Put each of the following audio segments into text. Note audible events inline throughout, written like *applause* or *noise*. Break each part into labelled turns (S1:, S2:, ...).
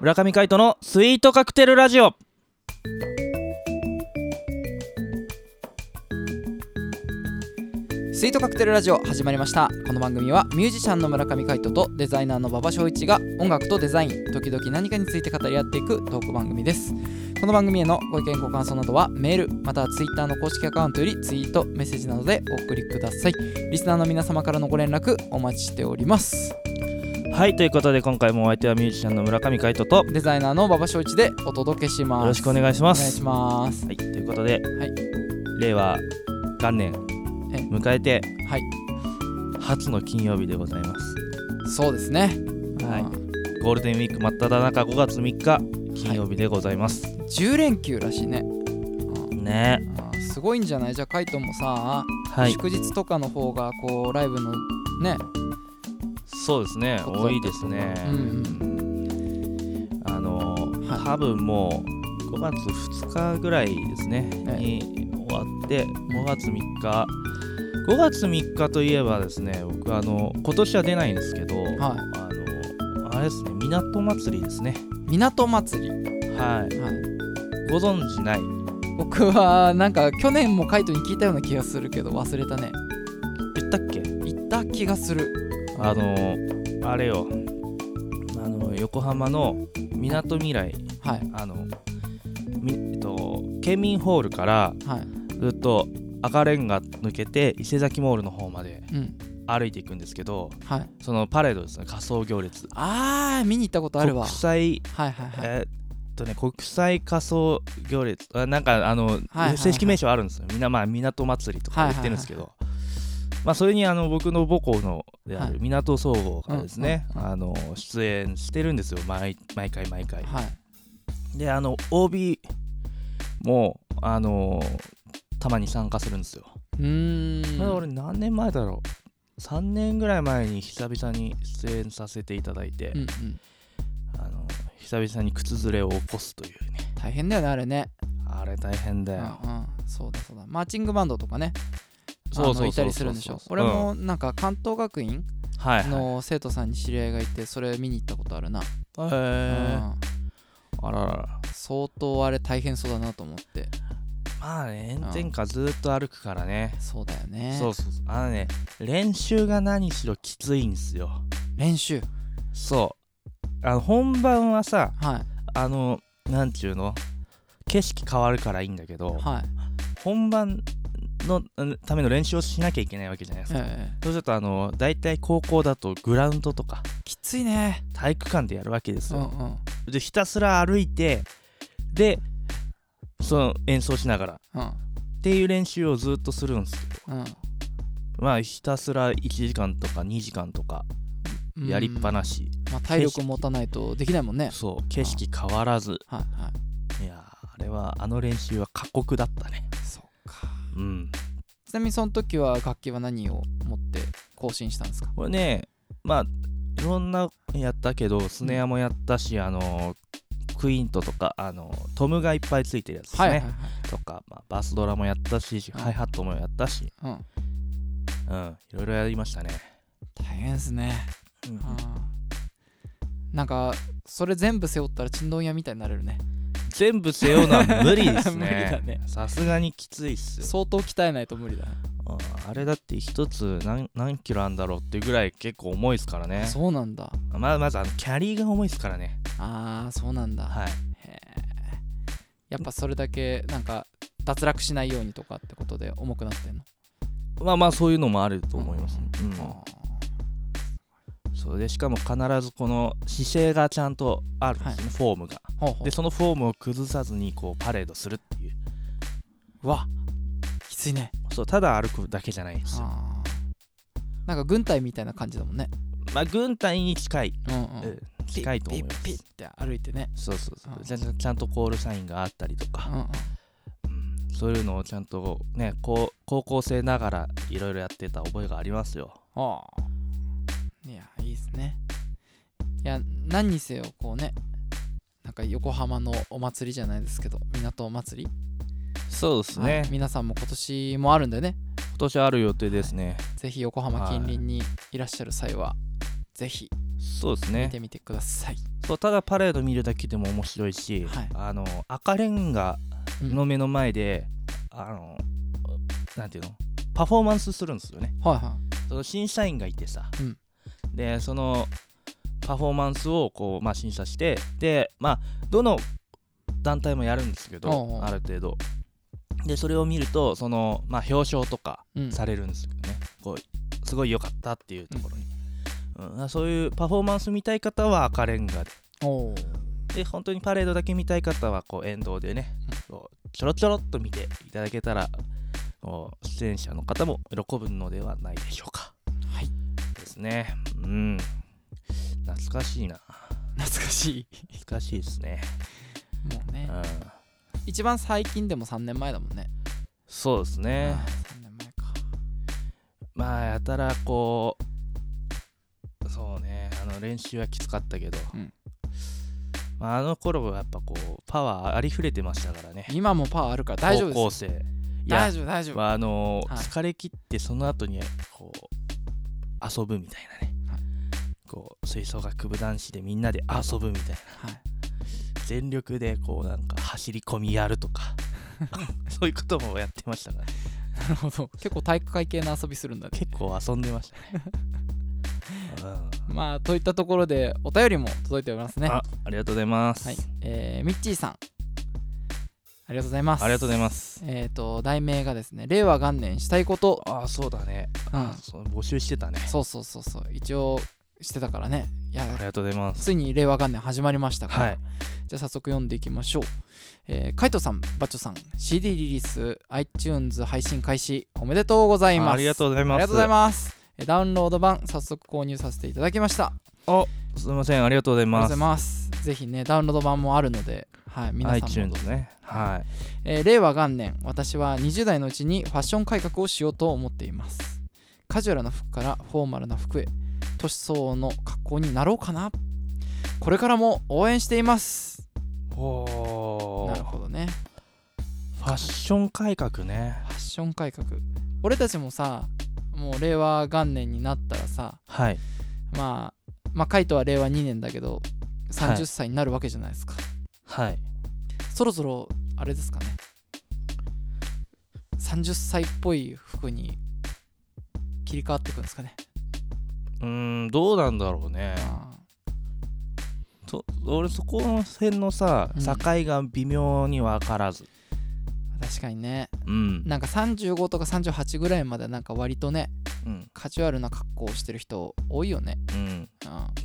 S1: 村上海人のスイートカクテルラジオ
S2: スイートカクテルラジオ始まりましたこの番組はミュージシャンの村上海人とデザイナーの馬場翔一が音楽とデザイン時々何かについて語り合っていくトーク番組ですこの番組へのご意見ご感想などはメールまたはツイッターの公式アカウントよりツイートメッセージなどでお送りくださいリスナーの皆様からのご連絡お待ちしております
S1: はいということで今回もお相手はミュージシャンの村上海人とよ
S2: デザイナーの馬場翔一でお届けします
S1: ろしくお
S2: いし
S1: 願いしま
S2: お願い
S1: す
S2: します
S1: はいということで、
S2: い
S1: 令和元年
S2: え
S1: 迎えて
S2: はい
S1: 初の金曜日でございます
S2: そうですね
S1: はい
S2: まあ
S1: ゴールデンウィーク真っ只中5月3日金曜日でございます、
S2: 10連休らしいね
S1: ね
S2: あーすごいんじゃないじゃあカイトもさ
S1: はい
S2: 祝日とかの方がこうライブのね
S1: そうですね
S2: ことだったと思う
S1: 多いですね、
S2: うん
S1: あのー、
S2: はい
S1: 多分もう5月2日ぐらいですね
S2: ええ
S1: に終わって5月3日5月3日といえばですね僕あの今年は出ないんですけど、
S2: は
S1: あ
S2: い
S1: のあれですね港祭りですね
S2: 港祭り、
S1: はい
S2: はい、
S1: ご存知ない
S2: 僕はなんか去年もカイトに聞いたような気がするけど忘れたね
S1: 言ったっけ
S2: 行った気がする
S1: あのあれよあの横浜のみなとみらい
S2: はい
S1: あのみえっと県民ホールから
S2: はい
S1: ずっと赤レンガ抜けて伊勢崎モールの方まで
S2: うん
S1: 歩いていくんですけど
S2: はい
S1: そのパレードですね仮装行列
S2: あー見に行ったことあるわ
S1: 国際
S2: はいはいはい
S1: えーっとね国際仮装行列あなんかあの、
S2: はいはい
S1: 正式名称あるんですよみんなまあ港祭りとか言ってるんですけど、まあそれにあの僕の母校のであ
S2: は
S1: る
S2: い
S1: 港総合がですね、
S2: うんうん
S1: あの出演してるんですよ毎毎回毎回、
S2: はい
S1: であの OB もあのたまに参加するんですよ、
S2: うー
S1: まだ
S2: ん
S1: 俺何年前だろう3年ぐらい前に久々に出演させていただいて、
S2: うんうん
S1: あの久々に靴ずれを起こすというね
S2: 大変だよねあれね
S1: あれ大変だ
S2: うんう
S1: よ、
S2: んそうだそうだマーチングバンドとかねあ
S1: そうそうそうそう
S2: のいたりするんでしょ俺もなんか関東学院
S1: はい、はい、
S2: の生徒さんに知り合いがいてそれ見に行ったことあるな、
S1: へー
S2: うん
S1: あららら
S2: 相当あれ大変そうだなと思って
S1: まあね炎天下ずーっと歩くからね、
S2: そうだよね
S1: そうそうそうあのね練習が何しろきついんですよ
S2: 練習
S1: そうあの本番はさ
S2: は
S1: あのなんちゅうの景色変わるからいいんだけど
S2: いはい
S1: 本番のうんための練習をしなきゃいけないわけじゃないですか
S2: ええ
S1: そうするとあの大体高校だとグラウンドとか
S2: きついね
S1: 体育館でやるわけです
S2: うん
S1: よ、
S2: うん
S1: でひたすら歩いてでその演奏しながらっ
S2: うん
S1: ていう練習をずっとするんですけど
S2: うん
S1: まあひたすら1時間とか2時間とか
S2: うん
S1: やりっぱなし、
S2: まあ、体力持たないとできないもんね
S1: そう景色変わらず
S2: はいはい
S1: やーあれはあの練習は過酷だったね
S2: いそうか
S1: うん
S2: ちなみにその時は楽器は何を持って更新したんですか
S1: これねまあいろんなやったけどスネアもやったし、あのクイーントとかあのトムがいっぱいついてるやつですね、
S2: はいはいはい
S1: とか、まあ、バスドラもやったし、
S2: うん
S1: ハイハットもやったし、
S2: うん
S1: うん、いろいろやりましたね。
S2: 大変ですね
S1: うん
S2: うんなんかそれ全部背負ったらちんどん屋みたいになれるね
S1: 全部背負うのは無理です
S2: *laughs* 無理だ
S1: ね
S2: ね。
S1: さすがにきついっすよ。
S2: 相当鍛えないと無理だね
S1: ああれだって一つ何何キロあんだろうっていうぐらい結構重いですからね。
S2: そうなんだ
S1: まあ、まずあのキャリーが重いですからね。
S2: あーそうなんだ、
S1: はい。
S2: へえやっぱそれだけなんか脱落しないようにとかってことで重くなってんの
S1: まあまあそういうのもあると思います、ねうん
S2: あ
S1: そうでしかも必ずこの姿勢がちゃんとあるんですね、フォームが。
S2: ーほうほ
S1: でそのフォームを崩さずにこうパレードするっていう。
S2: うわきついね
S1: そうただ歩くだけじゃないんですよ。
S2: あーなんか軍隊みたいな感じだもんね
S1: まあ軍隊に近い、
S2: うんう
S1: うん
S2: ん
S1: 近いと思いま
S2: ピッピッ
S1: す
S2: ピッって歩いてね
S1: そうそうそう、
S2: うん
S1: ちゃんちゃんとコールサインがあったりと
S2: うん
S1: か、
S2: うん
S1: うんそういうのをちゃんとねこう高校生ながらいろいろやってた覚えがありますよ
S2: あーいやいいですねいや何にせよこうねなんか横浜のお祭りじゃないですけど港お祭り
S1: そうです
S2: はい皆さんも今年もあるんだよね今
S1: 年ある予定ですね、
S2: ぜひ横浜近隣にいらっしゃる際は、ぜひ
S1: そうです
S2: 見
S1: ね
S2: てみてください。
S1: そうただパレード見るだけでも面白いし、
S2: はい
S1: あの赤レンガ
S2: うん
S1: の目の前で、あのなんていうのパフォーマンスするんですよね
S2: はいは
S1: その審査員がいてさ、
S2: うん
S1: でそのパフォーマンスをこう、まあ、審査してでまあどの団体もやるんですけど
S2: おうおう
S1: ある程度でそれを見るとその、まあ、表彰とか
S2: い。うん
S1: されるんですけどね、こうすごい良かったっていうところに、うんそういうパフォーマンス見たい方は赤レンガで
S2: おー
S1: で本当にパレードだけ見たい方はこう沿道でね、こうちょろちょろっと見ていただけたらこう出演者の方も喜ぶのではないでしょうか
S2: はい
S1: ですねうん懐かしいな
S2: 懐かし
S1: 懐かしいですね
S2: い。もう
S1: う
S2: ね。
S1: ん
S2: 一番最近でも3年前だもんね。
S1: そうです
S2: あ
S1: ね
S2: ー3年前か。
S1: まあやたらこうそうねあの練習はきつかったけど、
S2: うん
S1: まあ、あの頃はやっぱこうパワーありふれてましたからね
S2: 今もパワーあるから大丈夫
S1: 高
S2: で
S1: 校生
S2: す。
S1: いや
S2: 大丈夫、大丈夫。
S1: まああの
S2: はい
S1: 疲れ切ってその後にこう遊ぶみたいなね、
S2: はい
S1: こう吹奏楽部男子でみんなで遊ぶみたいな
S2: はい。
S1: 全力でこうなんか走り込みやると *laughs* かそういうこともやってましたから、ね、
S2: なるほど。結構体育会系の遊びするんだね。
S1: 結構遊んでま *laughs* したね、
S2: まあ、といったところで、お便りも届いております
S1: うん
S2: ね。
S1: あ
S2: は
S1: ありがとうございます、
S2: い。えー、ミッチーさん。ありがとうございます。
S1: ありがとうござい
S2: ま
S1: ます
S2: す。えっ、と、題名がですね、令和元年したいこと。
S1: ああそうだね
S2: うん。
S1: そう募集してたね
S2: そうそうそうそう。一応、してたからね。いや
S1: あ、りがとうございます
S2: ついに令和元年始まりましたから、
S1: はい
S2: じゃあ早速読んでいきましょう、えー、カイトさんバチョさん CD リリース iTunes 配信開始おめでとうございます
S1: ありがとうございます
S2: ありがとうございますえーダウンロード版早速購入させていただきましたあり
S1: すみませんありがとうござい
S2: がとう
S1: ま
S2: ご
S1: す
S2: ざいますぜひねダウンロード版もあるので、はい、皆さんもどうぞ
S1: iTunes ねはい
S2: えー令和元年私は20代のうちにファッション改革をしようと思っていますカジュアルな服からフォーマルな服へ年相応の格好になろうかなこれからも応援しています
S1: ほ
S2: なるほどね
S1: ファッション改革ね
S2: ファッション改革俺たちもさもう令和元年になったらさ
S1: はい
S2: まあまあカイトは令和2年だけど
S1: は
S2: 30
S1: い
S2: 歳になるわけじゃないですか、
S1: はい
S2: そろそろあれですかね30歳っぽい服に切り替わっていくんですかね
S1: うーんどうなんだろうね
S2: あ
S1: そ俺そこの辺のさ
S2: うん
S1: 境が微妙に分からず
S2: ー確かにね
S1: うん、
S2: なんか35とか38ぐらいまでなんか割とね
S1: うん
S2: カジュアルな格好をしてる人多いよね、
S1: うん、
S2: うん、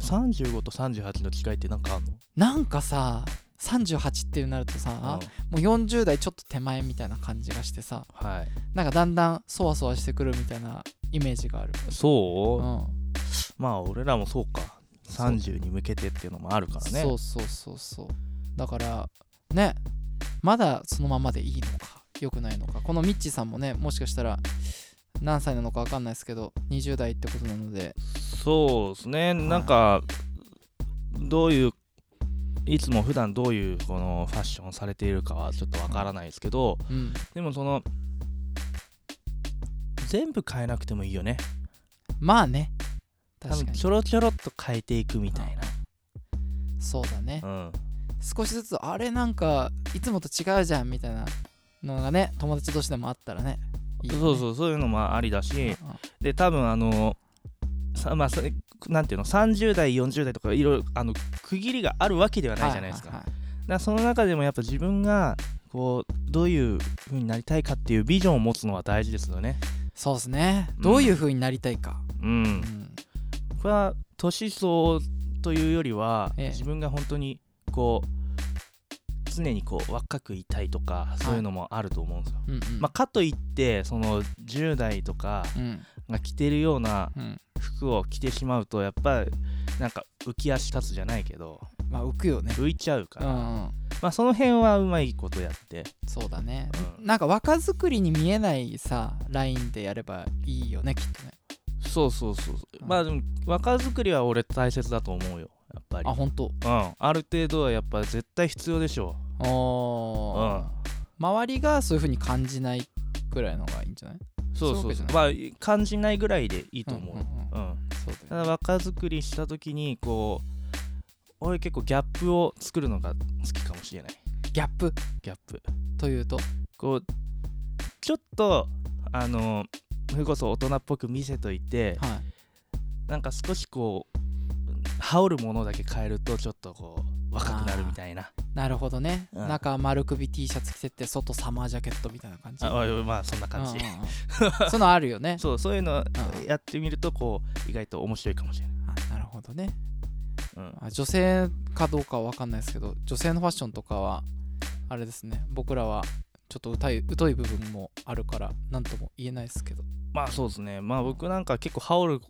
S1: 35と38の違いってなんかあんの
S2: なんかさ38ってなるとさ、
S1: うん
S2: もう40代ちょっと手前みたいな感じがしてさ
S1: はい
S2: なんかだんだんそわそわしてくるみたいなイメージがある、
S1: そうう、
S2: ん、
S1: まあ俺らもそうか
S2: そう
S1: 30に向けてっていうのもあるからね
S2: そうそうそうそうだからねまだそのままでいいのか良くないのかこのミッチーさんもねもしかしたら何歳なのか分かんないですけど20代ってことなので
S1: そうですね、なんかどういういつも普段どういうこのファッションをされているかはちょっとわからないですけど
S2: うん
S1: でもその全部変えなくてもいいよね
S2: まあね
S1: 多
S2: 確
S1: 分
S2: かに
S1: ちょろちょろっと変えていくみたい
S2: そうだね
S1: な、うん、
S2: 少しずつあれなんかいつもと違うじゃんみたいなのがね友達同士でもあったらねいいよね
S1: そうそうそういうのもありだし
S2: うん
S1: で多分あのさまあそれなんていうの30代40代とかいろいろあの区切りがあるわけではないじゃないですか
S2: ははは
S1: だからその中でもやっぱ自分がこうどういう風になりたいかっていうビジョンを持つのは大事ですよね。
S2: そうですね
S1: うん
S2: どういう風になりたいか、
S1: う、
S2: うんん
S1: これは年相応というよりは、
S2: ええ
S1: 自分が本当にこう常にこう若くいたいとかそういうのもあると思うんですよ。
S2: うんうん
S1: まあ、かといってその10代とか
S2: うん
S1: が着てるような
S2: うん
S1: 服を着てしまうとやっぱりなんか浮き足立つじゃないけど
S2: まあ浮くよね
S1: 浮いちゃうか
S2: う
S1: ら、
S2: んうん
S1: まあ、その辺はうまいことやって
S2: そうだね、
S1: うん
S2: なんか若作りに見えないさラインでやればいいよねきっとね
S1: そうそうそうそう、
S2: うん
S1: まあでも若作りは俺大切だと思うよやっぱり
S2: あ本当
S1: うんある程度はやっぱ絶対必要でしょう
S2: おー、周りがそういう風に感じないくらいのがいいんじゃない、
S1: んそうそう
S2: そういうわけじゃ
S1: まあ感じないぐらいでいいと思う、
S2: んんん
S1: うん
S2: そうだ
S1: た
S2: よ
S1: だ若作りした時にこう俺結構ギャップを作るのが好きかもしれない
S2: ギャップ
S1: ギャップ
S2: というと
S1: こうちょっとあのそれこそ大人っぽく見せといて
S2: はい
S1: なんか少しこう羽織るものだけ変えるとちょっとこう若くなるみたいな
S2: なるほどね、
S1: うん
S2: 中丸首 T シャツ着てって外サマージャケットみたいな感じ
S1: あまあまあそんな感じ
S2: うんうんうんそういうのあるよね
S1: そうそういうの
S2: うん
S1: やってみるとこう意外と面白いかもしれない、
S2: あなるほどね
S1: うん、
S2: あ女性かどうかは分かんないですけど女性のファッションとかはあれですね僕らはちょっと疎い疎い部分もあるから何とも言えないですけど
S1: まあそうですねまあ僕なんか結構羽織る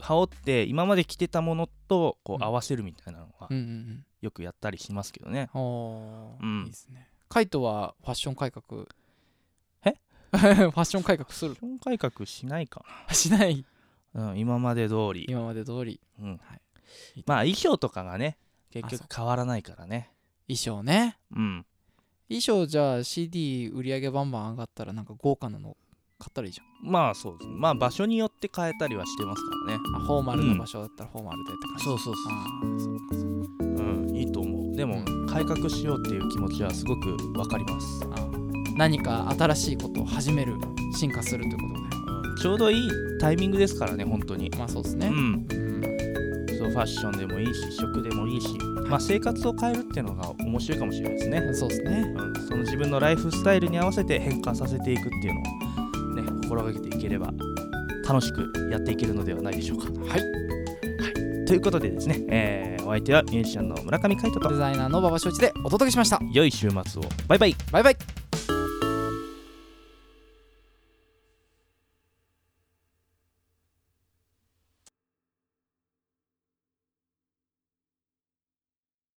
S1: 羽織って今まで着てたものとこ
S2: うん
S1: う合わせるみたいなのは
S2: うんうん
S1: よくやったりしますけどね、
S2: うんおー、
S1: うん
S2: いいですねカイトはファッション改革
S1: え
S2: *laughs* ファッション改革する
S1: 基本改革しないか
S2: しない
S1: な、うん、今まで通り、
S2: 今まで通り
S1: うん
S2: は
S1: まあ衣装とかがね結
S2: あそ
S1: 局変わらないからね
S2: 衣装ね
S1: うん
S2: 衣装じゃあ CD 売り上げバンバン上がったらなんか豪華なの買ったらいいじ
S1: まあそうですねまあ場所によって変えたりはしてますからね
S2: ゃんあフォーマルな場所だったらフォーマルでって感じ、
S1: うそう
S2: あーそうかそう
S1: うんいいと思うでも、改革しようっていう気持ちはすごくわかります、
S2: かあー何か新しいことを始める進化するということ
S1: うんちょうどいいタイミングですからね本当に
S2: でまあそうですね、
S1: うん
S2: うん
S1: そうファッションでもいいし食でもいいし、まあ、生活を変えるっていうのが面白いかもしれないですね、
S2: そうですね
S1: うん、その自分のライフスタイルに合わせて変化させていくっていうのをね心がけていければ楽しくやっていけるのではないでしょうかはい、はい、ということでですね、えーお相手はミュージシャンの村上海人
S2: デ
S1: と
S2: ザイナーの馬場正一でお届けしました
S1: 良い週末をバイバイ
S2: バイバイ